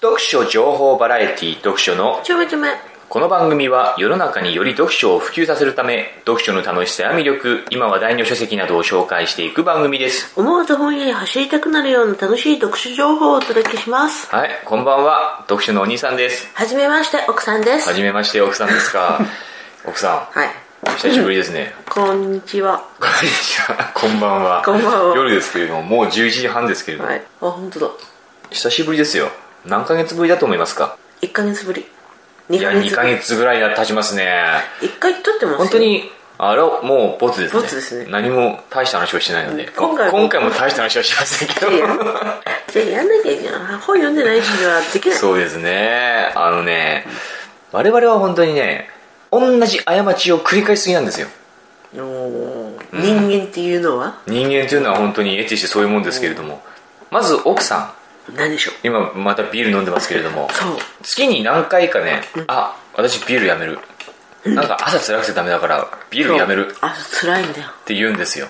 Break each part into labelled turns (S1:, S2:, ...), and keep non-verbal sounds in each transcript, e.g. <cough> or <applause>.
S1: 読書情報バラエティ読書の
S2: ちょめちょめ。
S1: この番組は世の中により読書を普及させるため読書の楽しさや魅力今話題の書籍などを紹介していく番組です
S2: 思わず本屋に走りたくなるような楽しい読書情報をお届けします。
S1: はいこんばんは読書のお兄さんです
S2: はじめまして、奥さんです。
S1: はじめまして奥さんです
S2: <laughs>
S1: か奥さ
S2: はい。
S1: ん久しぶりですね
S2: こんにちは。
S1: こんにちはこんばんは
S2: こんばんは
S1: 夜ですけれどももう11時半ですけれども、
S2: はい。あ、本当だ。
S1: 久しぶりですよ何ヶ月ぶりだと思いますか
S2: 1ヶ月ぶり。2
S1: いや
S2: ヶ
S1: 2
S2: 月
S1: ヶ月ぐらいが経ちますね
S2: 1回撮ってますよ
S1: 本当。にあれはもうボツですね
S2: ボツですね
S1: 何も大した話をしてないので、
S2: うん今回も
S1: 今回も大した話はしませんけど
S2: いやじゃあやんなきゃいけない。本読んでない人にはできない。
S1: そうですね。あのね、我々は本当にね、同じ過ちを繰り返しすぎなんですよ。
S2: おー人間っていうのは
S1: 人間というのは本当に得てしてそういうもんですけれども。まず奥さ、
S2: 何でしょうん
S1: 今またビール飲んでますけれども、
S2: そう。
S1: 月に何回かね、あ、私ビールやめる。なんか朝辛くてダメだから、ビールやめる
S2: あ、辛いんだよ。
S1: って言うんですよ。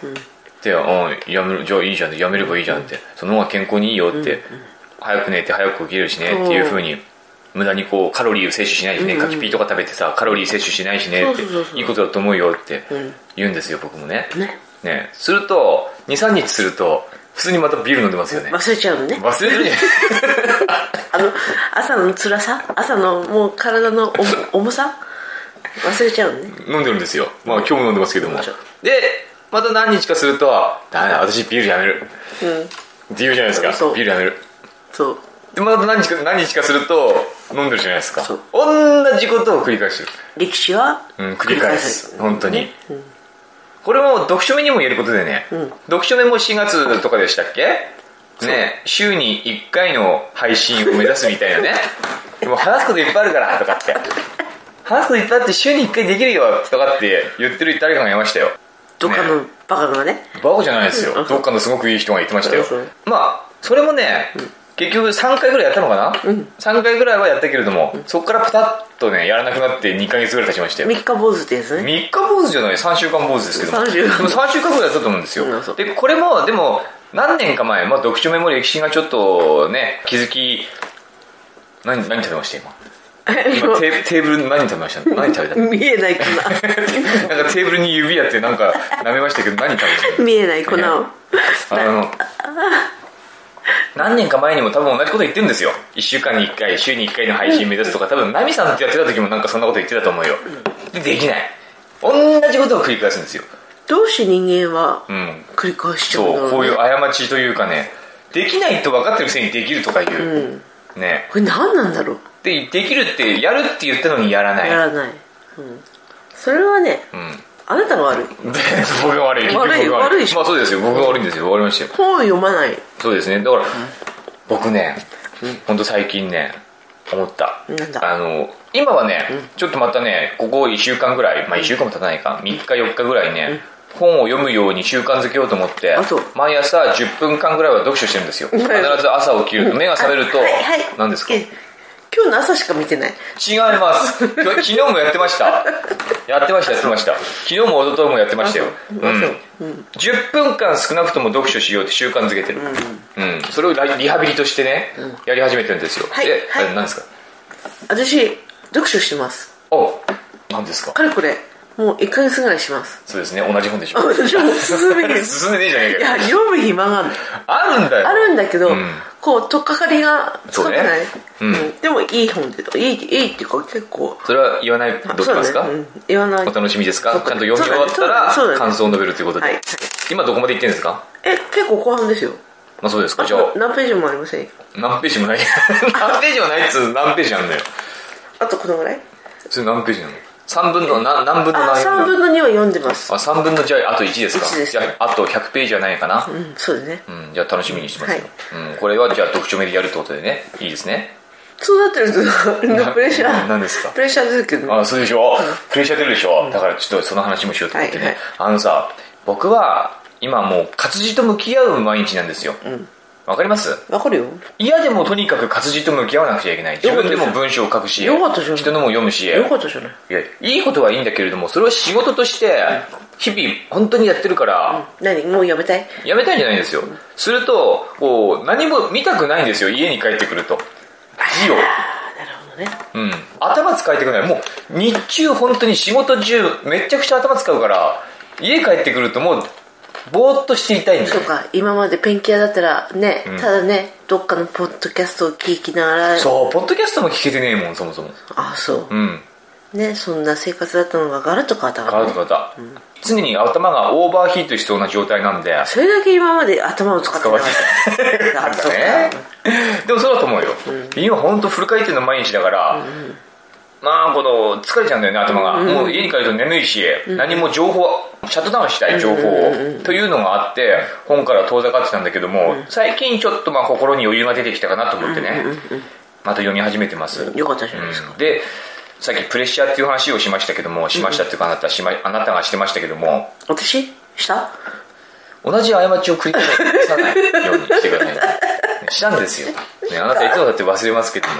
S1: で、うん、やめる、じゃあいいじゃんって、やめればいいじゃんって、その方が健康にいいよって、早く寝て早く起きれるしねっていうふうに、無駄にこう、カロリーを摂取しないしね、柿ピーとか食べてさ、カロリー摂取しないしねっ
S2: そうそうそうそう
S1: て、いいことだと思うよって
S2: ん
S1: 言うんですよ、僕もね。
S2: ね。
S1: ね、すると、2、3日すると、普通にまたビール飲んでますよね。
S2: 忘れちゃうのね。
S1: 忘れてるね。
S2: あの、朝の辛さ朝のもう体の重重さ忘れちゃうのね。
S1: 飲んでるんですよ。まあ今日も飲んでますけども
S2: そう。
S1: で、また何日かすると、ダメだ、私ビールやめる。
S2: うん。
S1: って言うじゃないですか
S2: そう。
S1: ビールやめる。
S2: そう。
S1: でまた何日か何日かすると飲んでるじゃないですか
S2: そう
S1: 同じことを繰り返して
S2: 歴史は
S1: る、うん、繰り返す
S2: 繰り
S1: 本当に、これも読書目にも言えることでね、読書目も4月とかでしたっけね週に1回の配信を目指すみたいな <laughs> ねでも話すこといっぱいあるからとかって話すこといっぱいあって週に1回できるよとかって言ってる誰かがいましたよ
S2: どっかの
S1: ね
S2: バカがね。
S1: バカじゃないですよ、
S2: うん
S1: どっかのすごくいい人が言ってましたよ
S2: そうそう
S1: まあそれもね、結局3回ぐらいやったのかな、3回ぐらいはやったけれども、そこからピタッとねやらなくなって2ヶ月ぐらい経ちましたよ
S2: 三日坊主ってやつね。
S1: 3日坊主じゃない3週間坊主ですけど
S2: 三週間
S1: でも3週間ぐらいだったと思うんですよ、
S2: うんそう
S1: でこれもでも何年か前、まあ、読書メモ歴史がちょっとね気づき何何食べました今今テーテーブル何食べました何食べた
S2: <laughs> 見えない粉。
S1: なんかテーブルに指やってなんか舐めましたけど何食べてた
S2: 見えない粉を。
S1: ねあの、何年か前にも多分同じこと言ってるんですよ。1週間に1回、週に1回の配信目指すとか、多分ナミさんってやってた時もなんかそんなこと言ってたと思うよ。で、できない。同じことを繰り返すんですよ。
S2: どうして人間は
S1: うん。
S2: 繰り返しちゃう
S1: そう、
S2: の
S1: こういう過ちというかね、できないと分かってるくせにできるとかいう。ね。
S2: これ何なんだろう
S1: で、できるって、やるって言ったのにやらない。
S2: や
S1: うん。
S2: らない。うん。それはね、あなたが悪い。
S1: で <laughs> 僕が悪い。
S2: 悪い
S1: 僕が
S2: 悪いし
S1: まあそうですよ。僕が悪いんですよ。わかりましたよ。
S2: 本を読まない。
S1: そうですね。だから、僕ね、ほんと最近ね、思った。
S2: なんだ
S1: あの、今はね、ちょっとまたね、ここ1週間ぐらい、まあ1週間も経たないか、3日4日ぐらいね、本を読むように習慣づけようと思って
S2: あそう、
S1: 毎朝10分間ぐらいは読書してるんですよ。
S2: ん
S1: 必ず朝起きると、目が覚めると
S2: はいはい、
S1: 何ですか
S2: え今日の朝しか見てない。
S1: 違います。
S2: <laughs>
S1: きょ昨日もやってました。やってました、やってました。昨日も一昨日もやってましたよ。
S2: あ
S1: う
S2: そ
S1: ん
S2: うあ。
S1: 10分間少なくとも読書しようって習慣づけてる。うん。それをラリハビリとしてね、やり始めてるんですよ。
S2: はい
S1: で、
S2: はい
S1: あ何ですか
S2: 私、読書してます。
S1: お何ですか
S2: かれこれ、もう1ヶ月ぐらいします。
S1: そうですね、同じ本で
S2: <laughs>
S1: しょ。
S2: 私も進めです。
S1: <laughs> 進んでねえじゃねえ
S2: い
S1: か
S2: や、
S1: よ。
S2: 読む暇がある。
S1: あるんだよ。
S2: あるんだけど、
S1: うん
S2: こう、とっかかりがつかめない。
S1: そうねうん
S2: でも、いい本で、いい、いいっていうか、結構。
S1: それは言わないでおきますか
S2: そうだねうん言わない。
S1: お楽しみですかちゃ
S2: そ
S1: ん
S2: うか
S1: と読み終わったら
S2: そうだねそうだねそうだね
S1: 感想を述べるということ
S2: はい
S1: で。今どこまで行ってんですか
S2: え、結構後半ですよ。
S1: まあそうですか。じゃあ
S2: な、何ページもありませんよ
S1: 何ページもない <laughs> 何ページもないっつう何ページあんだよ
S2: あとこのぐらい
S1: それ何ページなの3分のな何分の
S2: あ、
S1: 何
S2: 3分の2は読んでます。
S1: あ3分のじゃああと1ですか
S2: 1です
S1: じゃああと100ページはないかな、
S2: う、
S1: うん
S2: そうですね。
S1: んじゃあ楽しみにしてますよ、うん、これはじゃあ読書目でやるってことでねいいですね
S2: そうなってると、プレッシャー。
S1: 何ですか
S2: プレッシャーですけどね。
S1: あそうでしょプレッシャー出るでしょだからちょっとその話もしようと思ってね、
S2: はいはい
S1: あのさ僕は今もう活字と向き合う毎日なんですよわ、かります
S2: わかるよ。
S1: 嫌でもとにかく活字と向き合わなくちゃいけない自分でも文章を書くし
S2: よかったじゃん
S1: 人のも読むし
S2: よかったじゃない。
S1: いや、いいことはいいんだけれども、それを仕事として、日々本当にやってるから、
S2: 何もうやめたい
S1: やめたいんじゃないんですよ。すると、こう、何も見たくないんですよ、家に帰ってくると。字を。
S2: あなるほどね
S1: うん。頭使えてくれない。もう、日中本当に仕事中、めちゃくちゃ頭使うから、家帰ってくるともう、ぼーっとしていたいんだ
S2: そ
S1: よ
S2: う。か今までペンキ屋だったらね、ただねどっかのポッドキャストを聞きながら
S1: そう、ポッドキャストも聞けてねえもん、そもそも。
S2: あそ
S1: う、
S2: う
S1: ん。
S2: ねそんな生活だったのがガラッと変わった
S1: 変わ
S2: わ
S1: る方、常に頭がオーバーヒートしそうな状態なんで。
S2: それだけ今まで頭を使ってなかった
S1: あ
S2: あ
S1: っ
S2: そ
S1: た
S2: うか
S1: ね。 <laughs> でもそうだと思うよ。今本当フル回転の毎日だから、まあこの疲れちゃうんだよね頭が、もう家に帰ると眠いし、何も情報シャットダウンしたい情報を、というのがあって本から遠ざかってたんだけども、最近ちょっとまあ心に余裕が出てきたかなと思ってね、また読み始めてます、
S2: よかったじゃないですか、
S1: でさっきプレッシャーっていう話をしましたけどもしましたっていうかあなたしまあなたがしてましたけども
S2: 私した
S1: 同じ過ちを繰り返さないようにしてくださいね。したんですよ。ね、あなたいつもだって忘れますけども。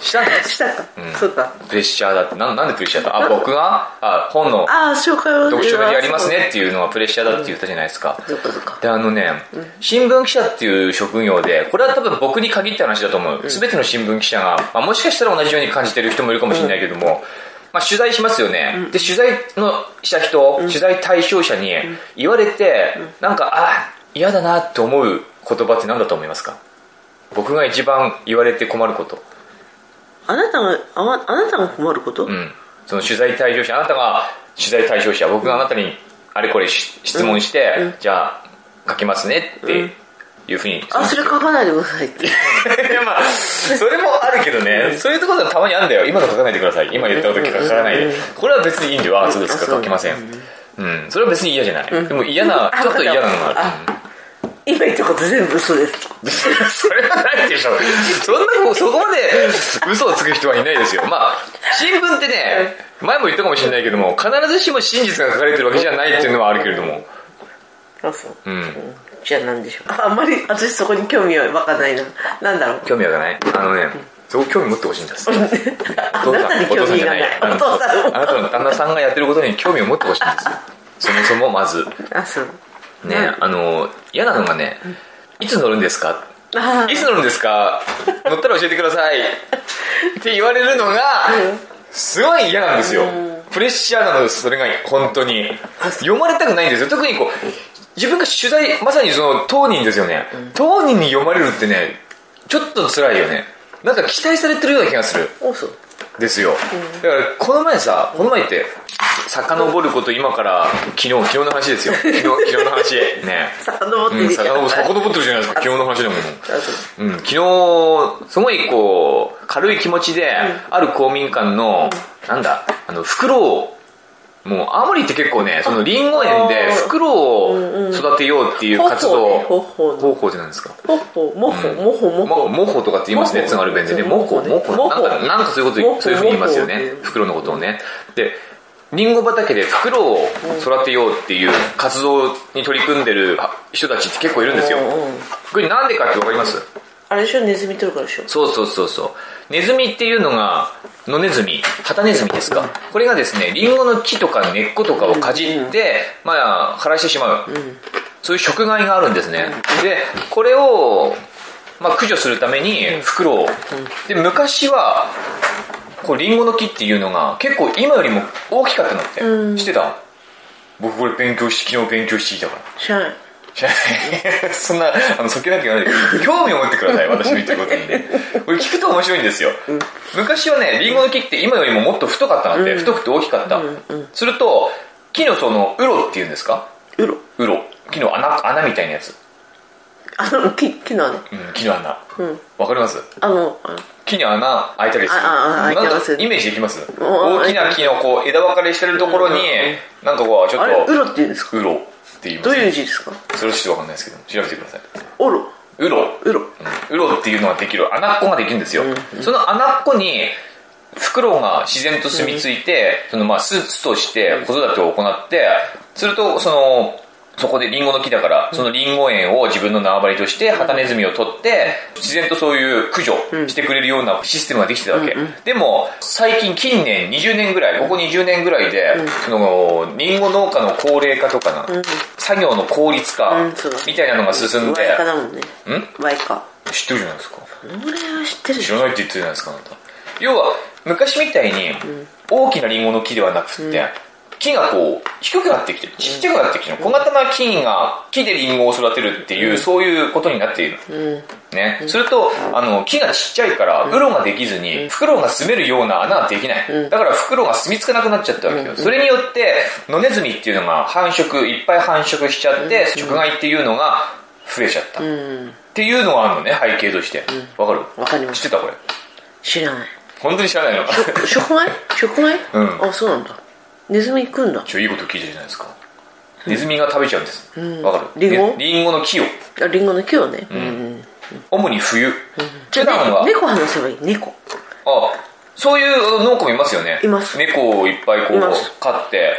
S1: したんです。
S2: したか、
S1: うん
S2: そうか
S1: プレッシャーだって。なんなんでプレッシャーだあ、僕があ、本の
S2: ああ紹介を
S1: 読書会でやりますねっていうのはプレッシャーだって言ったじゃないですか。
S2: そうかそうか
S1: で、あのね、新聞記者っていう職業で、これは多分僕に限った話だと思う。すべての新聞記者が、まあ、もしかしたら同じように感じてる人もいるかもしれないけども、まあ、取材しますよね。で、取材のした人、取材対象者に言われて、なんか、あ、嫌だなって思う言葉って何だと思いますか僕が一番言われて困ること。
S2: あなたがあわあなたが困ること、
S1: うん、その取材対象者あなたが取材対象者僕があなたにあれこれし質問して、じゃあ書きますねっていうふうに、
S2: あそれ書かないでくださいって
S1: い <laughs> やまあそれもあるけどねそういうところはたまにあるんだよ今の書かないでください今言ったこと書かないでこれは別にいいんだよあそうですか
S2: あそう
S1: 書きませんうん、それは別に嫌じゃない。でも嫌な、
S2: あ
S1: ちょっと嫌なのがある。
S2: あ今言ったこと全部嘘です
S1: <laughs> それはないでしょ。そんな、そこまで嘘をつく人はいないですよ。まあ、新聞ってね、前も言ったかもしれないけども、必ずしも真実が書かれてるわけじゃないっていうのはあるけれども。
S2: あそう、
S1: ん
S2: じゃあ何でしょうああんまり私そこに興味は湧かないななんだろう
S1: 興味はないあのね、そこ興味持ってほしいんです。お父
S2: <laughs> あなたに興味がない
S1: お
S2: お
S1: 父
S2: 父
S1: さんじゃない
S2: さ
S1: あのあなたの旦那さんがやってることに興味を持ってほしいんですよ。そもそもまず。
S2: んあそう
S1: ね、あの、嫌なのがね、いつ乗るんですか
S2: あ
S1: いつ乗るんですか乗ったら教えてくださいって言われるのがすごい嫌なんですよプレッシャーなのですそれが本当に読まれたくないんですよ特にこう自分が取材まさにその当人ですよね当人に読まれるってねちょっと辛いよねなんか期待されてるような気がする
S2: あそう
S1: ですよ、だからこの前さこの前って遡ること今から昨日昨日の話ですよ昨日昨日の話ね
S2: 遡って
S1: う
S2: み
S1: ん
S2: て
S1: 遡遡ってるじゃないですか昨日の話だもん
S2: あそう
S1: うん、昨日、すごいこう、軽い気持ちで、ある公民館の、なんだ、あの、袋を、もう、青森って結構ね、その、リンゴ園で
S2: あー
S1: 袋を育てようっていう活動。
S2: ほほうねほほうね
S1: ほうほうって何ですか
S2: ほほもほもほも
S1: も
S2: ほ
S1: もほとかって言いますね、
S2: もほ
S1: 津軽弁でね。も
S2: も
S1: こ、
S2: ほ
S1: もこ。
S2: もほ
S1: なんか、なんかそういうこと
S2: も、ほ
S1: そういうふうに言いますよ
S2: もほ
S1: ね
S2: っ。て
S1: 袋のことをね。で、リンゴ畑で袋を育てようっていう活動に取り組んでる人たちって結構いるんですよ。
S2: うんうん
S1: これなんでかってわかります
S2: あれでしょネズミ取るからでしょ
S1: そうそうそうそう。ネズミっていうのが、野ネズミ、旗ネズミですか。これがですね、リンゴの木とか根っことかをかじって、まあ、枯らしてしまう。そういう食害があるんですね。で、これを、まあ、駆除するために、袋を。で、昔は、こう、リンゴの木っていうのが、結構今よりも大きかったのって。知ってた僕これ勉強し、昨日勉強してきたから。
S2: 知らない
S1: 知らない <laughs> そんな、あの、そっけなきゃ言わないで、興味を持ってください、私の言ってることにね。これ聞くと面白いんですよ。昔はね、リンゴの木って今よりももっと太かったなって、太くて大きかった。すると、木のその、ウロっていうんですか
S2: うろ
S1: ウロ。木の穴、穴みたいなやつ。
S2: あの木木のね
S1: うん、木の穴。わ、
S2: うん
S1: かります
S2: あのあの
S1: 木に穴開いたりする。
S2: あああ開いてます
S1: なんかイメージできます
S2: お
S1: 大きな木のこう、枝分かれしてるところに、なんかこう、ちょ
S2: あれ
S1: っ
S2: うろって言うんですか
S1: と、ウロって言います、
S2: どういう字ですか
S1: それはちょっとわかんないですけど、調べてください。
S2: おろ
S1: ウロ。
S2: うろ
S1: ウロっていうのができる穴っこができるんですよ、その穴っこにフクロウが自然と住み着いて、そのまあ巣巣として子育てを行ってするとそのそこでリンゴの木だから、そのリンゴ園を自分の縄張りとしてハタネズミを取って自然とそういう駆除してくれるようなシステムができてたわけ、でも最近近年20年ぐらいここ20年ぐらいで、そのリンゴ農家の高齢化とかな、作業の効率化
S2: うんそうだね
S1: みたいなのが進んで、
S2: ワイカだもんね
S1: ん
S2: ワイカ
S1: 知ってるじゃないですか
S2: 俺は知ってる
S1: 知らないって言ってるじゃないですかあなた要は昔みたいに大きなリンゴの木ではなくって、木がこう低くなってきてるちっちゃくなってきてる、小型な木が木でリンゴを育てるっていう、そういうことになっている、ねするとあの木がちっちゃいからウロができずに袋が住めるような穴はできない、だから袋が住み着かなくなっちゃったわけよ、それによって野ネズミっていうのが繁殖いっぱい繁殖しちゃって、食害っていうのが増えちゃった、
S2: うん
S1: っていうのがあるのね背景としてわ、かる
S2: わかります
S1: 知ってたこれ
S2: 知らない
S1: 本当に知らないの
S2: 食害食害、
S1: うん
S2: あそうなんだネズミ食うんだ
S1: ちょいいこと聞いてるじゃないですかネズミが食べちゃうんですわ、かる
S2: リンゴ
S1: ねリンゴの木を
S2: あリンゴの木をね、うん
S1: 主に冬
S2: じゃ
S1: 普段
S2: あ
S1: は
S2: 猫話せばいい猫
S1: あそういう農家もいますよね
S2: います
S1: 猫をいっぱいこ
S2: いうます
S1: 飼って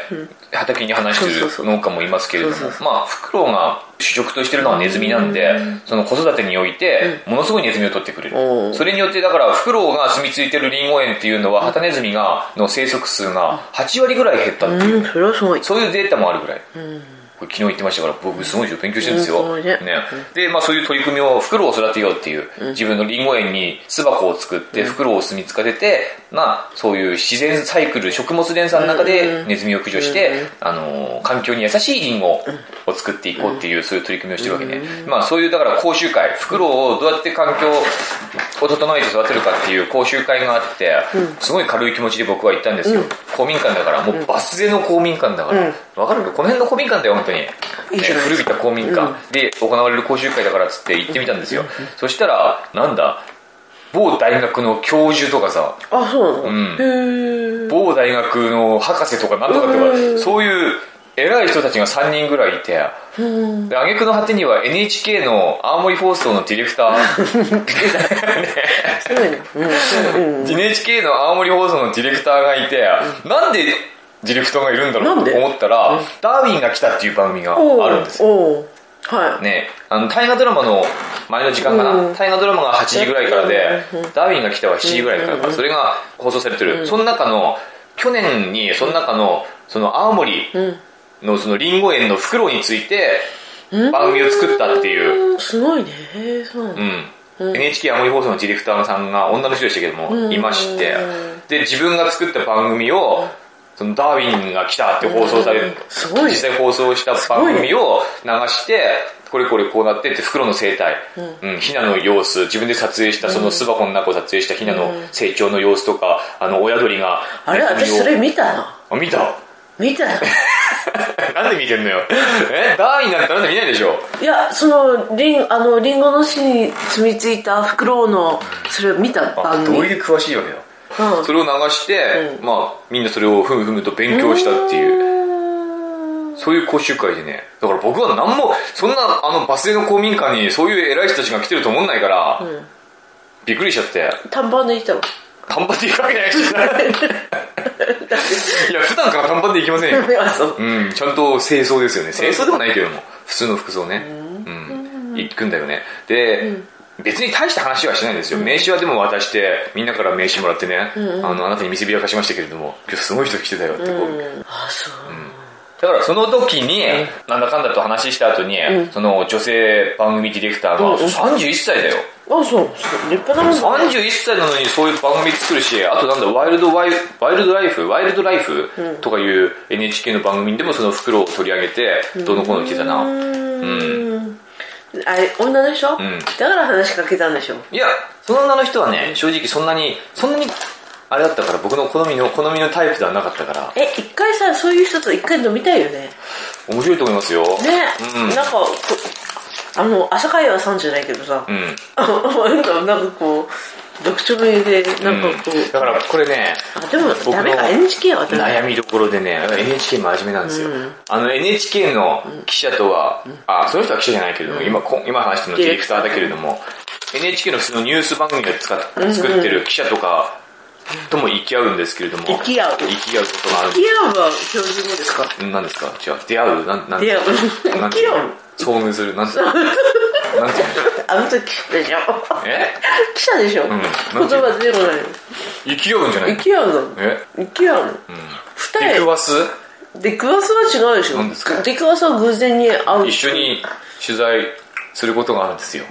S1: 畑に放して
S2: そうそうそ
S1: る
S2: う
S1: 農家もいますけれども
S2: そうそうそ
S1: まあフクロウが主食としてるのはネズミなんでその子育てにおいてものすごいネズミを取ってくれ
S2: お
S1: る
S2: ー
S1: それによってだからフクロウが住み着いてるリンゴ園っていうのはハタネズミがの生息数が8割ぐらい減ったっていう
S2: うんそれはすごい
S1: そういうデータもあるぐらい。これ昨日言ってましたから、僕すごいですよ勉強してるんですよ。
S2: うんそう
S1: ね
S2: ね。
S1: で、まあそういう取り組みを、フクロウを育てようっていう、自分のリンゴ園に巣箱を作って、フクロウを住み着かせて、まあそういう自然サイクル、食物連鎖の中でネズミを駆除して、あのー、環境に優しいリンゴを作っていこうっていう、そういう取り組みをしてるわけね。まあそういう、だから講習会、フクロウをどうやって環境を整えて育てるかっていう講習会があって、すごい軽い気持ちで僕は行ったんですよ。公民館だから、もうバスでの公民館だから。
S2: うん
S1: わかるこの辺の公民館だよ、本当に。
S2: いいじゃな
S1: ね
S2: い
S1: 古びた公民館で行われる講習会だからっつって行ってみたんですよ。そしたら、なんだ、某大学の教授とかさ、
S2: あそうなの、へえ
S1: 某大学の博士とかなんとかと
S2: う
S1: か、
S2: ん
S1: そういう偉い人たちが3人ぐらいいて、
S2: うん
S1: で挙句の果てには NHK の青森放送のディレクタ
S2: <laughs>
S1: ー、
S2: すごいねうんうん
S1: NHK の青森放送のディレクターがいて、なんでディレクターがいるんだろ
S2: な
S1: うんと
S2: で
S1: 思ったら、ダーウィンが来たっていう番組が
S2: お
S1: <laughs>
S2: う
S1: あるんですよ
S2: おうはい、
S1: ね、あの大河ドラマの前の時間かな、
S2: うん
S1: 大河ドラマが8時ぐらいからで、ダーウィンが来たは7時ぐらいからか、それが放送されてる、その中の去年にその中のその青森のそのリンゴ園のフクロウについて番組を作ったっていう、
S2: うんすごいねへえそうなの、
S1: うん、NHK 青森放送のディレクターさんが女の人でしたけども、
S2: うん
S1: いまして
S2: うん
S1: で自分が作った番組をそのダーウィンが来たって放送される、
S2: うんすごいね
S1: 実際放送した番組を流してこれこれこうなってって袋の生態、うんヒナの様子自分で撮影したその巣箱の中を撮影したヒナの成長の様子とかあの親鳥が
S2: あれ私それ見たな
S1: あ見た <laughs>
S2: 見たよ
S1: なんで見てんのよえダーウィンなんてなんで見ないでしょ
S2: いやそのリンあのリンゴの巣に住み着いたフクロウのそれを見た
S1: あ
S2: 番
S1: ど
S2: 組
S1: ういう詳しいわけだ
S2: うん
S1: それを流して、
S2: う
S1: まあみんなそれをふむふむと勉強したっていう
S2: う
S1: そういう講習会でね、だから僕は何も、そんなあのバス停の公民館にそういう偉い人たちが来てると思んないから、
S2: ん
S1: びっくりしちゃって、
S2: 短パンでいたわ
S1: 短パンで行くわけ
S2: <laughs>
S1: ないし、いや、普段から短パンで行きませんよ。
S2: <laughs> あそう
S1: うん、ちゃんと清掃ですよね。清掃でもないけども、普通の服装ね。うん、行くんだよね。で、別に大した話はしないんですよ。名刺はでも渡して、みんなから名刺もらってね、あの、あなたに見せびらかしましたけれども、今日すごい人来てたよってこう、
S2: あそう
S1: だからその時に、なんだかんだと話した後に、その女性番組ディレクターが、
S2: うんうん
S1: 31歳だよ。
S2: あそうそう立派なもんだね
S1: 31歳なのにそういう番組作るし、あとなんだ、ワイルドワイワイルドライフワイルドライフ、とかいう NHK の番組でもその袋を取り上げて、どうのこうの来てたな。
S2: うんあれ女でしょ、
S1: ん
S2: だから話しかけたんでしょ
S1: いや、その女の人はね、正直そんなに、そんなに、あれだったから僕の好みの、好みのタイプではなかったから、
S2: え一回さそういう人と一回飲みたいよね
S1: 面白いと思いますよ。
S2: ね、
S1: うん
S2: なんかこあの朝会話さんじゃないけどさ、
S1: うん。
S2: なんか <laughs> なんかこう読書名でなんかこう、
S1: だからこれね、
S2: あでも
S1: の
S2: ダメか NHK はダメ
S1: 悩みどころでね NHK 真面目なんですよ、あの NHK の記者とは、あその人は記者じゃないけれども、今こ今話してるのディレクターだけれども NHK の普通のニュース番組を使っ作ってる記者とかとも行き合うんですけれども
S2: 行き合う
S1: 行き合うことがあ
S2: イヤーは標準語ですか
S1: るんなんですか違う出会うなんなん
S2: 出会う
S1: なんていうの
S2: 行き合う
S1: 遭遇する
S2: <laughs>
S1: なんていうのなんていう
S2: あの時でしょ <laughs>
S1: のえ
S2: 記者でしょ、
S1: ん
S2: 言葉出てこないよ
S1: 行き合うんじゃない
S2: 行き合うの
S1: え
S2: 行き合うの、二
S1: 出く
S2: 人
S1: わす
S2: 出くわすは違うでしょ
S1: 何ですか
S2: 出くわすは偶然に会う
S1: 一緒に取材することがあるんですよ。 <laughs>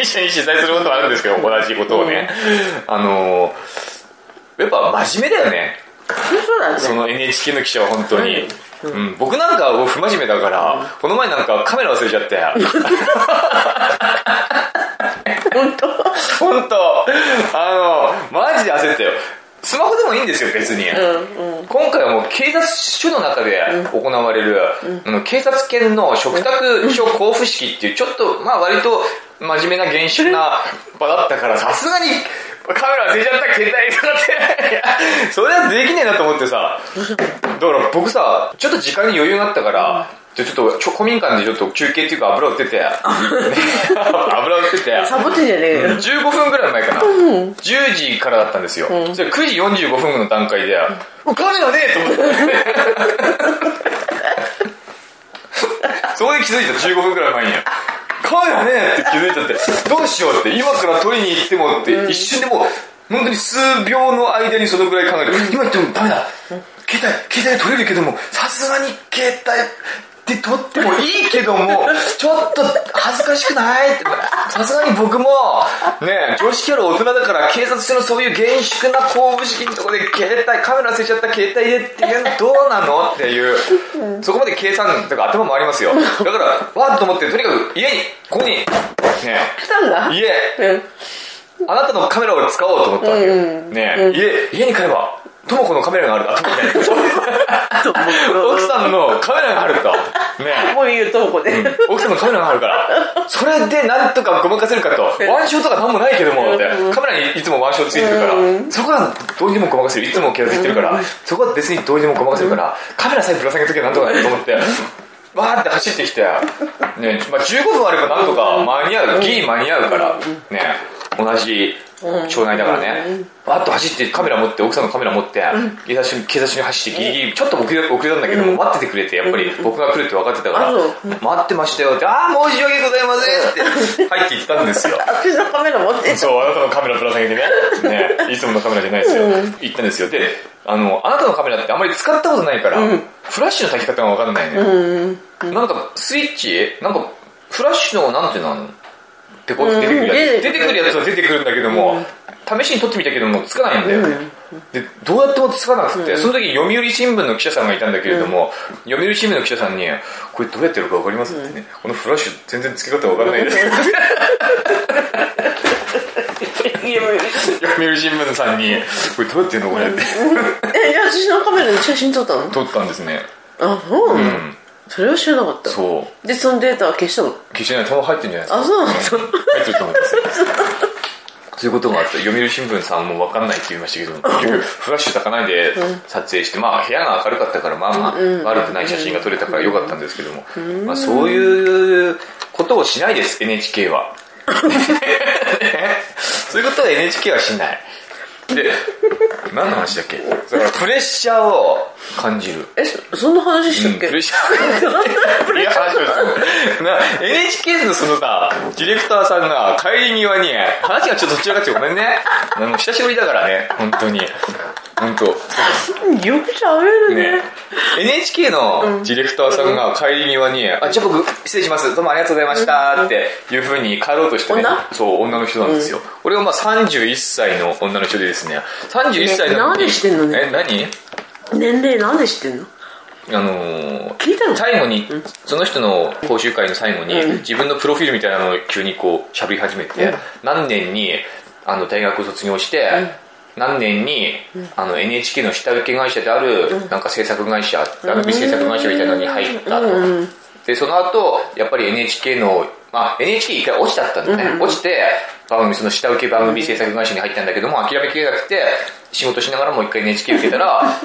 S1: 一緒に取材することはあるんですけど、同じことをね。あのー、やっぱ真面目だよね。
S2: そうだね
S1: その NHK の記者は本当に。
S2: う
S1: うん、僕なんかもう不真面目だから、この前なんかカメラ忘れちゃって。
S2: <laughs> 本当
S1: 本当あの、マジで焦ったよ。スマホでもいいんですよ、別に。
S2: うんうん
S1: 今回はもう警察署の中で行われる、あの警察犬の嘱託書交付式っていう、ちょっと、まあ割と真面目な厳粛な場だったから、さすがにカメラ忘れちゃった、携帯とかっていや、それはできねえなと思ってさ、だから僕さ、ちょっと時間に余裕があったから、じゃあちょっとちょ、古民館でちょっと休憩っていうか油売ってて、油売ってて、
S2: サボってんじゃねえよ
S1: 15分ぐらい前かな、10時からだったんですよ、それ9時45分の段階で、お金がねえと思ってそこで気づいた15分ぐらい前に金がねえって気づいちゃってどうしようって今から取りに行ってもって、一瞬でもう本当に数秒の間にそのぐらい考えて、今行ってもダメだ、携帯携帯取れるけどもさすがに携帯で撮ってもいいけども、ちょっと恥ずかしくないって、さすがに僕も、ねえ、常識ある大人だから、警察署のそういう厳粛な公務式のとこで、携帯、カメラ忘れちゃった携帯でっていうのどうなのっていう、そこまで計算とか頭回りますよ。だから、わっと思って、とにかく家に、ここに、ね
S2: 来たんだ
S1: え、家、
S2: <laughs> うん
S1: あなたのカメラを使おうと思ったわけよ。
S2: うんうん
S1: ねえ、家、家に帰れば、ともこのカメラがあると思
S2: <laughs>
S1: って、奥さんのカメラがあると。ねえ
S2: もう言うとこで
S1: 奥さんのカメラがあるから、それでなんとかごまかせるかと、ワンショーとかなんもないけども、ってカメラにいつもワンショーついてるから、そこはどうにでもごまかせる。いつも気がついてるから、そこは別にどうにでもごまかせるから、カメラさえぶら下げときゃなんとかなると思って、わーって走ってきて、ね、まあ、15分あればなんとか間に合う、ギリ間に合うから、ね、同じ町内だからね、わーっと走ってカメラ持って、奥さんのカメラ持って、警察署に警察署に走ってギリギリ、ちょっと遅れ遅れたんだけども、待っててくれて、やっぱり僕が来るって分かってたから
S2: あそう、
S1: 待ってましたよって、ああ、申し訳ございませんって入っていったんですよ。
S2: 私のカメラ持って
S1: そう、あなたのカメラぶら下げてね。ねいつものカメラじゃないですよ。行ったんですよ。で、あの、あなたのカメラってあんまり使ったことないから、フラッシュの炊き方がわかんないね。なんか、スイッチなんか、フラッシュの、なんていうのあの、ペコって出てくるや
S2: うん
S1: つ。出てくるやつは出てくるんだけども、試しに撮ってみたけども、つかないんだよね。で、どうやってもつかなくて、その時読売新聞の記者さんがいたんだけれども、読売新聞の記者さんに、これどうやってやるかわかりますってね、このフラッシュ全然付け方わからないです。
S2: 家もいるし
S1: 読売新聞さんに、これどうやってやるのこれって
S2: えじゃあ私のカメラで写真撮ったの
S1: 撮ったんですね。
S2: あそ
S1: う
S2: うなの
S1: ん。
S2: それは知らなかった
S1: そう。
S2: でそのデータは消したの
S1: 消してない、そのまま入ってんじゃないですか
S2: あそうなんだ
S1: 入ってると思いますよ。そういうことがあって、読売新聞さんも分かんないって言いましたけど、結局フラッシュたかないで撮影して、まあ部屋が明るかったから、まあまあ悪くない写真が撮れたから良かったんですけども、まあそういうことをしないです、NHK <laughs> は。そういうことは NHK はしない。で、何の話だっ <laughs> けだからプレッシャーを感じる。
S2: えそそんな話したっけ
S1: プレッシャー
S2: <laughs> プレッシャ
S1: <laughs>
S2: ー
S1: な NHK のそのさディレクターさんが帰り際に話がちょっとどちらかってごめんねあの久しぶりだからね本当に本当
S2: よく喋る
S1: ね
S2: ね
S1: NHK のディレクターさんが帰り際に「あじゃあ僕失礼しますどうもありがとうございました」っていうふうに帰ろうとしてね
S2: 女
S1: そう女の人なんですよ俺はまあ31歳の女の人でですね31歳なのに
S2: ね何してんのね
S1: え何
S2: 年齢なんで知ってんの
S1: あのー
S2: 聞いたの
S1: 最後に、その人の講習会の最後に、自分のプロフィールみたいなのを急にこう喋り始めて、何年にあの大学を卒業して、何年に、あの NHK の下請け会社である、なんか制作会社あの制作会社みたいなのに入ったと、でその後やっぱり NHK のまあ、NHK 一回落ちちゃったんだね、落ちて番組その下請け番組制作会社に入ったんだけども諦めきれなくて仕事しながらもう一回 NHK 受けた <laughs> ら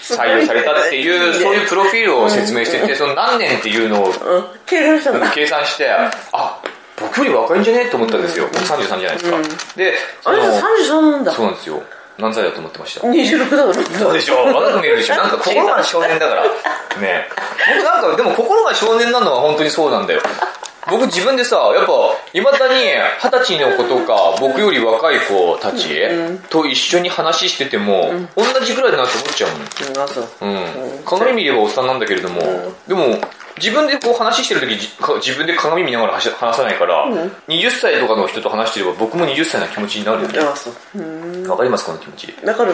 S1: 採用されたっていうそういうプロフィールを説明しててその何年っていうのを
S2: うん計算したんだ
S1: 計算してあ僕より若いんじゃねと思ったんですよ33じゃないですかでそ
S2: あれ
S1: の
S2: さ33なんだ
S1: そうなんですよ何歳だと思ってました
S2: 26だから
S1: そうでしょ若く見えるでしょ <laughs> なんか心が少年だから。ね僕なんか、でも心が少年なのは本当にそうなんだよ。僕自分でさ、やっぱ、いまだに二十歳の子とか、僕より若い子たちと一緒に話してても、同じくらいだなって思っちゃうもん。
S2: うんあそう
S1: うん、鏡見ればおっさんなんだけれども、でも自分でこう話してる時じか自分で鏡見ながら話し話さないから、
S2: ん
S1: 20歳とかの人と話してれば僕も20歳な気持ちになるよね
S2: ああそううん
S1: わかりますこの気持ち
S2: だから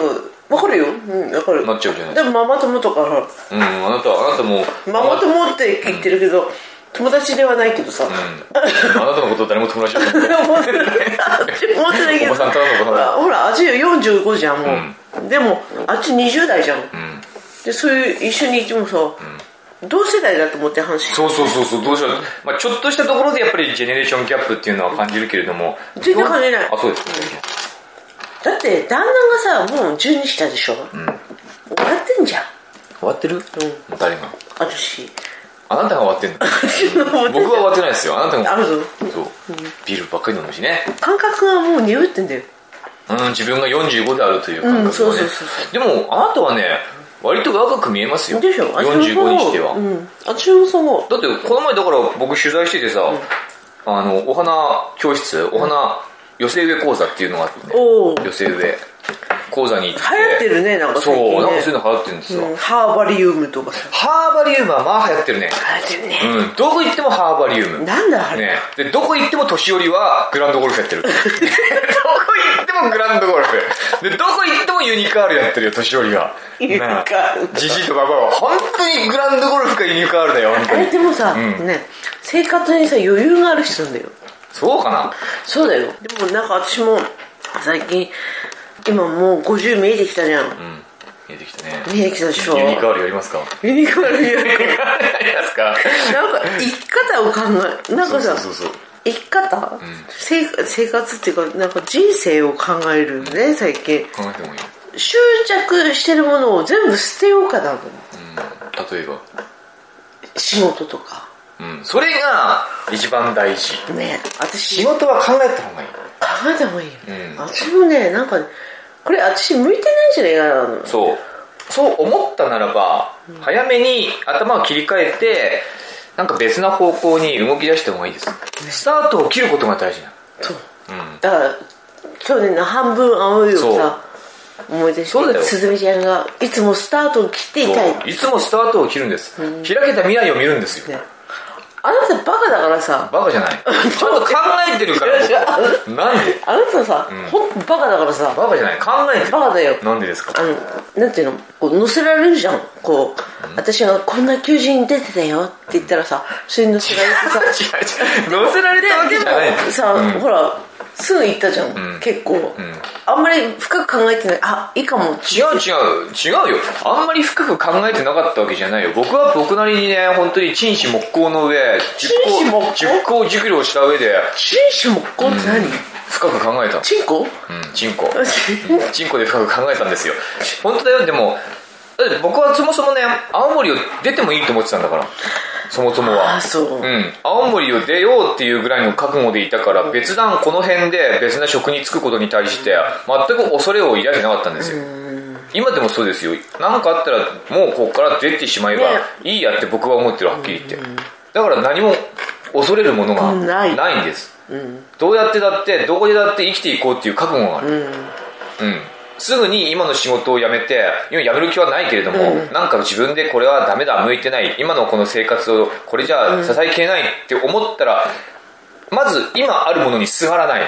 S2: わかるようんわかる
S1: なっちゃうじゃない
S2: でもママ友とかほら
S1: うんあなたあなたも
S2: ママ友って言ってるけど、友達ではないけどさ、
S1: うんあなたのこと誰も友達じゃない
S2: 思ってない思ってないけど
S1: おばさんからのお
S2: ほ
S1: ば
S2: ら
S1: さ
S2: ほらあっち45じゃんもう、でもあっち20代じゃん、
S1: ん
S2: でそういう一緒にいてもさ、同世代だと思って話して
S1: <laughs> そうそうそうそうどうしよう、まあ、ちょっとしたところでやっぱりジェネレーションギャップっていうのは感じるけれども
S2: 全然感じない
S1: あそうですね
S2: だって旦那がさもう12したでしょ、終わってんじゃん
S1: 終わってる、うん、誰が
S2: 私
S1: あなたが終わってんの
S2: <laughs> 僕
S1: 僕は終わってないですよあなた
S2: あ
S1: が
S2: るぞ
S1: そうビールばっかり飲むしね
S2: 感覚がもう鈍ってんだよ
S1: うん、自分が45であるという感
S2: うん
S1: 覚
S2: そ
S1: を
S2: う
S1: ね
S2: そうそうそ。
S1: でも、あなたはね、割と若く見えますよ。
S2: でしょ私も
S1: 45にしては。
S2: うん、私もそう思う
S1: だって、この前だから僕取材しててさ、あの、お花教室、お花寄せ植え講座っていうのがあってね。
S2: おお流
S1: 寄せ植え講座に行って。
S2: 行ってるねなんか
S1: そ
S2: 最近ね
S1: う、なんかそういうの流行ってるんですよ。
S2: うんハーバリウムとかさ
S1: ハーバリウムはまあ流行ってるね。
S2: 流行ってるね、
S1: うん、どこ行ってもハーバリウム。
S2: なんだあれ、
S1: ねで、どこ行っても年寄りはグランドゴルフや <laughs> ってる。どこ行ってもグランドゴルフ。で、どこ行ってもユニカールやってるよ、年寄りは。
S2: ユニカール
S1: ねじじいとばばは、本当にグランドゴルフかユニカールだよ、本
S2: あ
S1: 当
S2: れ
S1: に。
S2: でもさ、
S1: うん
S2: ね生活にさ余裕がある人なんだよ
S1: そうかな
S2: そうだよでもなんか私も最近今もう50見えてきたじゃ
S1: う
S2: ん、
S1: ん。見えてきたね。
S2: 見えてきたでしょ
S1: ユニカールやりますか
S2: ユニクロより
S1: やりますか
S2: なんか生き方を考えな
S1: <laughs>
S2: ん
S1: そ
S2: か
S1: う
S2: さ
S1: そうそうそう。
S2: 生き方、生生活っていうかなんか人生を考えるよね最近
S1: 考えてもいいよ。
S2: 執着してるものを全部捨てようかなと思う
S1: うん。例えば。
S2: 仕事とか
S1: うん。それが、一番大事。
S2: ね
S1: 仕
S2: 私考
S1: 事は考えた方がいい。
S2: えた方がいいよ、
S1: うん
S2: 私もねなんかこれ私向いてないんじゃないかなの
S1: そうそう思ったならば、早めに頭を切り替えてなんか別な方向に動き出した方がいいですスタートを切ることが大事な
S2: そう
S1: のうん
S2: だから去年の半分青いをさ思い出して
S1: そうだよ
S2: すずみちゃんがいつもスタートを切っていたい
S1: そういつもスタートを切るんです開けた未来を見るんですよ
S2: ねあなたバカだからさ
S1: バカじゃないちゃんと考えてるから
S2: いや
S1: 僕なんで
S2: あなたさ、ほんとバカだからさ
S1: バカじゃない考えて
S2: バカだよ
S1: るなんでですか
S2: あのなんていうのこう乗せられるじゃんこう、私がこんな求人出てたよって言ったらさそれに乗せられてさ
S1: <laughs> 違う違う乗せられたわけ
S2: で
S1: じゃない
S2: もさ、ほらすぐ行ったじゃん、結構、あんまり深く考えてないあいいかもって
S1: 違う違う違うよあんまり深く考えてなかったわけじゃないよ僕は僕なりにね本当に陳志木工の上熟
S2: 陳志木工
S1: 考熟考熟慮した上で
S2: 紳士木工って何、
S1: 深く考えた
S2: チンコ
S1: うんチンコチンコで深く考えたんですよ本当だよでもだって僕はそもそもね青森を出てもいいと思ってたんだからそもそもは
S2: <laughs> あそう、
S1: うん、青森を出ようっていうぐらいの覚悟でいたから別段この辺で別な職に就くことに対して全く恐れを抱いてなかったんですよ今でもそうですよ何かあったらもうここから出てしまえば
S2: ね
S1: いいやって僕は思ってるはっきり言ってだから何も恐れるものが
S2: うんない
S1: ないんですどうやってだってどこでだって生きていこうっていう覚悟があるうんすぐに今の仕事を辞めて、今辞める気はないけれども、なんか自分でこれはダメだ、向いてない、今のこの生活をこれじゃ支えきれないって思ったら、まず今あるものにすがらない。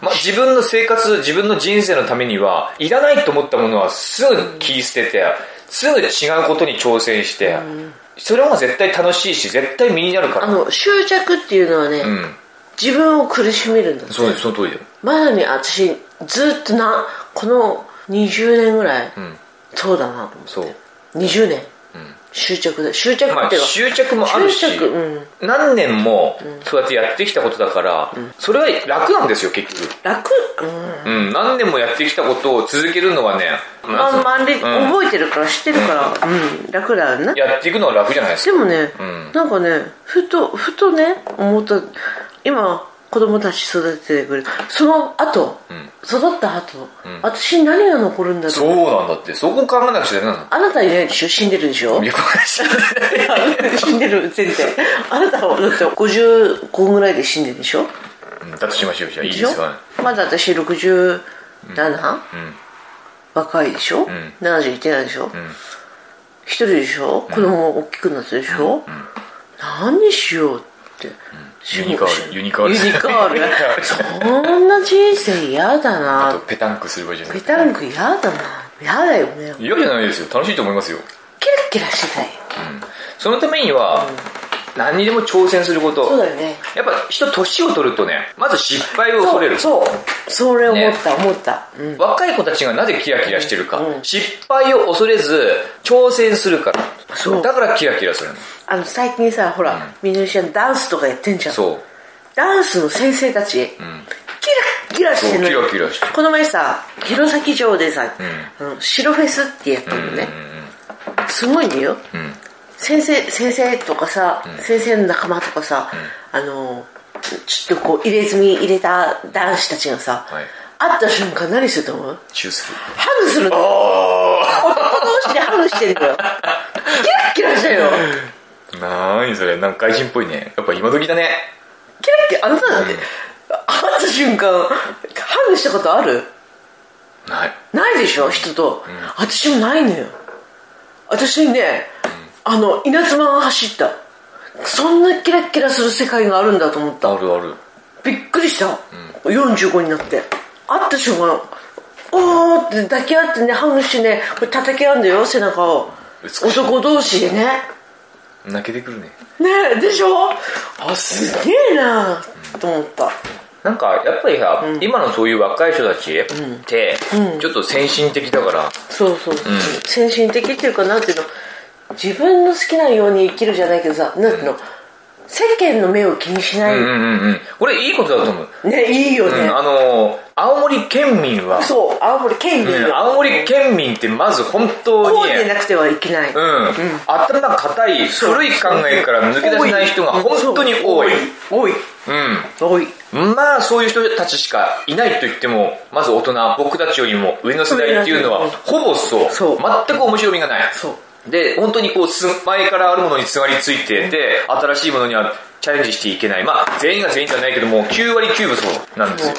S1: ま、自分の生活、自分の人生のためには、いらないと思ったものはすぐ切り捨てて、すぐ違うことに挑戦して、それも絶対楽しいし、絶対身になるか
S2: あ
S1: ら。
S2: の執着っていうのはね、
S1: うん。
S2: 自分を苦しめるんだ
S1: そうです、その通りだよ。
S2: まさに私ずっとなこの20年ぐらい、
S1: ん
S2: そうだなと思
S1: そう。
S2: う20年、執着だ執着
S1: ま
S2: っ
S1: あ、
S2: ていうか、
S1: 執着もあるし、
S2: 執着うん
S1: 何年もそうやってやってきたことだから、それは楽なんですよ結局、
S2: 楽、うん、
S1: うん、何年もやってきたことを続けるのはね、
S2: ま
S1: なんつう
S2: あ、
S1: の
S2: まあれ
S1: うん
S2: 覚えてるから知ってるから、うん楽だよね
S1: やっていくのは楽じゃないです
S2: で
S1: か
S2: もね、
S1: ん
S2: なんかねふとふとね思った今子供たち育ててくれたその後、育った後、私に何が残るんだろう
S1: そうなんだってそこ考えなくちゃダメなの
S2: あなたいないでしょ死んでるでしょ <laughs> 死んでる全然あなたはだって55ぐらいで死んでるでしょ
S1: うんだとしましょうじゃあいい
S2: で
S1: で
S2: しょ
S1: すか
S2: まだ私 67?、若いでしょ、
S1: ん
S2: 71ってないでしょ、一人でしょ子供大きくなったでしょ、何にしようって、
S1: ユニカールユニカール
S2: ユニカ
S1: ユ
S2: ー
S1: ニカー <laughs> ル
S2: ルそんな人生嫌だ
S1: あと
S2: な
S1: ペタンクすればいいじゃない
S2: ペ
S1: ですか
S2: タンク嫌だな嫌だよね
S1: 嫌じゃないですよ楽しいと思いますよ
S2: キラキラしてたい
S1: そのためには、何にでも挑戦すること
S2: そうだよね
S1: やっぱ人年を取るとねまず失敗を恐れる
S2: そうそうそれ思った、思った、うん、
S1: 若い子たちがなぜキラキラしてるか、
S2: うん
S1: 失敗を恐れず挑戦するから
S2: そう
S1: だからキラキラするの
S2: あの最近さほら、みのりちゃんダンスとかやってんじゃん
S1: そう
S2: ダンスの先生たち、キラキラしてるのよ
S1: そうキラキラしてる
S2: この前さ弘前城でさ、あの白フェスってやったのね、すごいのよ、先生先生とかさ、先生の仲間とかさ、あのちょっとこう入れ墨入れた男子たちがさ、
S1: はい
S2: 会った瞬間何すると思う
S1: チューする
S2: ハグするの
S1: お
S2: 男同士でハグしてんだよキラッキラしたよ
S1: ーなーにそれなんか外人っぽいねやっぱ今時だね
S2: キラッキラあのさ、会った瞬間ハグしたことある
S1: ない
S2: ないでしょ人と、私もないのよ私ね、あの稲妻が走ったそんなキラッキラする世界があるんだと思った
S1: あるある
S2: びっくりした、45になって会った瞬間おーって抱き合ってねハグしてねこれ叩き合うんだよ背中を
S1: 美しい
S2: 男同士でね
S1: 泣けてくるね
S2: ねえでしょ
S1: あす
S2: すげえなと思った
S1: なんかやっぱりさ、今のそういう若い人たちって、ちょっと先進的だから、
S2: そうそう、先進的っていうかなんていうの自分の好きなように生きるじゃないけどさなんていうの、世間の目を気にしない、
S1: うんうんうんこれいいことだと思う、
S2: ねいいよ
S1: う
S2: ね
S1: ん、、あのー青森県民は、
S2: そう青森県民
S1: うん
S2: は
S1: 青森県民ってまず本
S2: こ
S1: 当
S2: う
S1: に
S2: でなくてはいけない、
S1: うん、頭が硬い古い考えから抜け出せない人が本当に多い
S2: 多い多い
S1: うんまあそういう人たちしかいないと言ってもまず大人僕たちよりも上の世代っていうのは
S2: 上の世
S1: ほぼそう
S2: そう
S1: 全く面白みがない
S2: そう
S1: で本当にこうす前からあるものにつがりついてて新しいものにはチャレンジしていけないまあ全員が全員じゃないけども9割9分そうなんですよ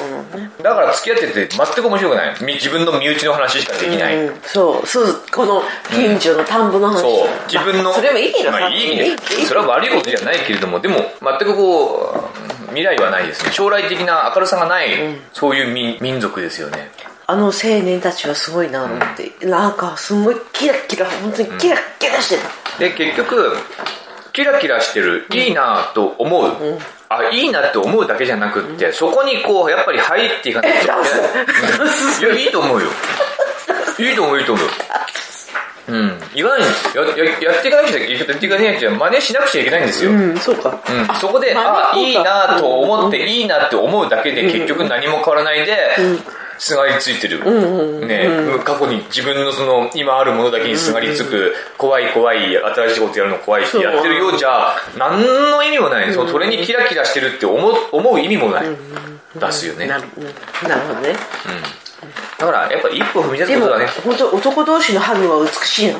S1: だから付き合ってて全く面白くないみ自分の身内の話しかできない、
S2: うん、そうそうこの近所の田んぼの話、
S1: そう
S2: まあ
S1: 自分の、
S2: それもいいの
S1: まあ、いい意味で
S2: いい
S1: それは悪いことじゃないけれどもでも全くこう未来はないですね将来的な明るさがない、そういう民民族ですよね
S2: あの青年たちはすごいなと思って、なんかすごいキラキラ本当にキラキラしてた、
S1: で結局キラキラしてるいいなと思う、あいいなって思うだけじゃなくって、そこにこうやっぱり入っていかなきゃいけない
S2: ダンスダンス
S1: いやいいと思うよいいと思ういいと思ううん、いかないやややっていかなくちゃいけないやっていかなきゃ真似しなくちゃいけないんですよ、
S2: <laughs> うんそうか、
S1: うん、そこで、あ、
S2: 真
S1: い
S2: 似
S1: い
S2: とか
S1: なと思って、いいなって思うだけで結局何も変わらないで、すがりついてる。ね、過去に自分のその、今あるものだけにすがりつく、怖い怖い、新しいことやるの怖いって
S2: そう
S1: やってるようじゃ、何の意味もない。そのそれにキラキラしてるって思う思う意味もない。出すよね。
S2: なるなるほどね
S1: だから、やっぱ一歩踏み出す
S2: で
S1: こ
S2: も
S1: とだね。
S2: 本当男同士のハグは美しいの、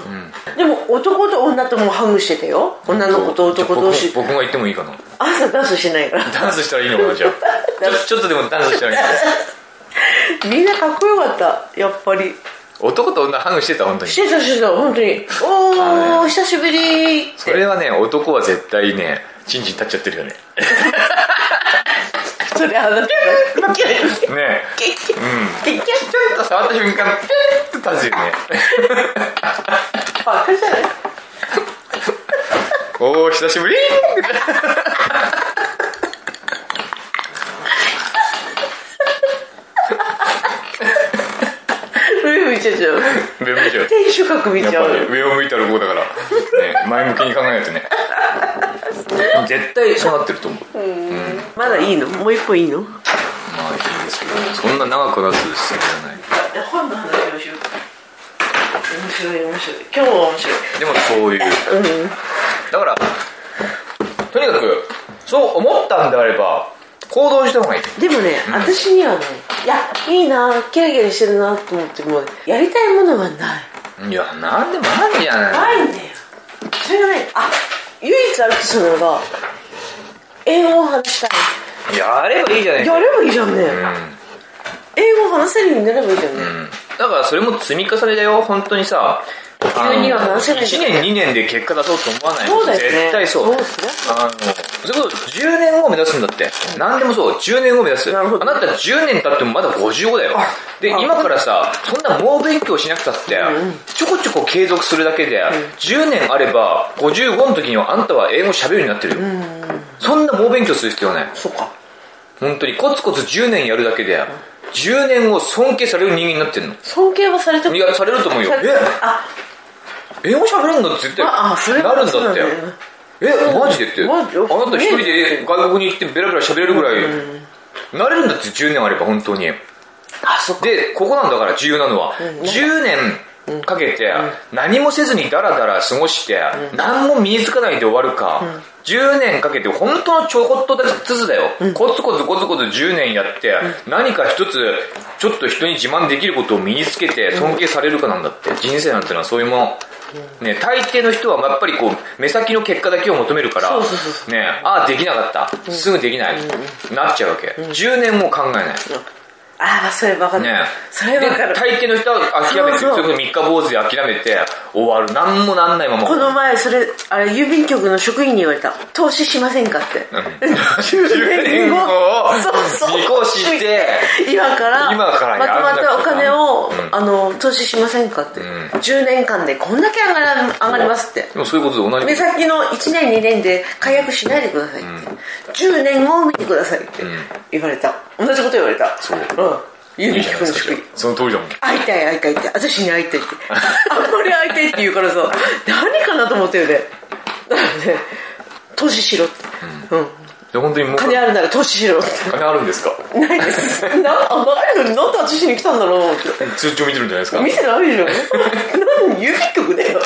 S2: でも男と女ともハグしてたよ女の子と男同士
S1: 僕僕が言ってもいいかな。
S2: 朝ダンスしてないから
S1: ダンスしたらいいのか
S2: <laughs>
S1: な、じゃあ。ちょちょっとでもダンスしたらいいのかな
S2: みんなかっこよかったやっぱり
S1: 男と女ハグしてた、本当に
S2: し。てたしてた本当におお、久しぶり
S1: それはね、男は絶対ね、チンチン立っちゃってるよね。
S2: それあなたがキュッキュッ
S1: ね
S2: キュッ
S1: うん。
S2: キュッキュッ
S1: ちょっと触った瞬間、ピュッと立つよね。
S2: バカじゃない
S1: おー、久しぶり
S2: 上向いちゃうじゃん
S1: 上向いちゃう。
S2: 天守閣見ち
S1: やっ
S2: ゃ
S1: ぱ
S2: う
S1: り上を向いたらこうだから、ね、前向きに考えないとね。絶対そうなってると思う。ま
S2: まだいいのもう一個いいの
S1: あいいですけど、そんな長くなす必要はない。
S2: 本の話をしよう面白い面白い今日は面白い
S1: でもそういう。だから、とにかく、そう思ったんであれば、行動した方がいい。
S2: でもね、私にはねいやいいなキラキラしてるなと思ってもうやりたいものがない
S1: いや、なんでもあるじゃない。
S2: ないんだよそれがねあ唯一あるとするのが英語を話したい
S1: やればいいじゃない
S2: やればいいじゃんね、英語を話せるようになればいいじゃんね、
S1: だからそれも積み重ねだよ本当にさ
S2: 急には話せない
S1: 1年2年で結果出そうと思わない
S2: そうだよね
S1: 絶対そう
S2: そうですね
S1: あのそれこそ10年後を目指すんだって何でもそう10年後を目指す
S2: なるほど
S1: あなた10年経ってもまだ55だよで
S2: あ
S1: 今からさそんな猛勉強しなくたってちょこちょこ継続するだけで10年あれば55の時にはあんたは英語喋るようになってるよそんな猛勉強する必要ない
S2: そうか
S1: 本当にコツコツ10年やるだけで10年を尊敬される人間になってるの
S2: 尊敬はされて
S1: いやされると思うよ
S2: され
S1: え
S2: あ
S1: 英語喋るんだって絶対
S2: ああそれは
S1: なるんだ
S2: そうな
S1: っ
S2: ん
S1: て
S2: だよ
S1: えマジでってあ
S2: マ
S1: なた
S2: ジ
S1: 一人
S2: よ
S1: で外国に行ってベラベラ喋れるぐらいなれるんだって10年あれば本当に
S2: あそっか
S1: でここなんだから重要なのは10年かけて何もせずにダラダラ過ごして何も身につかないで終わるか10年かけて本当のちょこっとずつだよコツコツコツコツ10年やって何か一つちょっと人に自慢できることを身につけて尊敬されるかなんだって人生なんてのはそういうものね、大抵の人はやっぱりこう目先の結果だけを求めるから
S2: そうそうそうそ
S1: ね、ああできなかったすぐできないなっちゃうわけ10年も考えない
S2: ああそれ分かる
S1: ね
S2: それ
S1: で
S2: 分かる
S1: 大抵の人は諦めて
S2: そうそ
S1: そ
S2: う
S1: れこそ三日坊主で諦めて終わる何もなんないまま
S2: この前それあれ郵便局の職員に言われた投資しませんかって <laughs>
S1: 10 <laughs>
S2: 10
S1: 年
S2: 年
S1: 後
S2: 後
S1: を
S2: そうそう
S1: 見越して
S2: 今から
S1: 今から
S2: まとまったお金を、
S1: やんなく
S2: あの投資しませんかって、10年間でこんだけ上がら上がりますって
S1: でもそういうことで同じ
S2: 目先の1年2年で解約しないでくださいって、10年後を見てくださいって言われた、同じこと言われた
S1: そうん
S2: 郵便局の職員
S1: その通りだもん
S2: 会いたい会いたいって私に会いたいってあんまり会いたいって言うからさ何かなと思ったよねだからね投資しろって、うん、
S1: で本当にもう
S2: 金あるなら投資しろって
S1: 金あるんですか
S2: ないです。な、あ、ないのになんで私に来たんだろうって。
S1: 通帳見てるんじゃないですか
S2: 見てないじゃん。何郵便局だよ。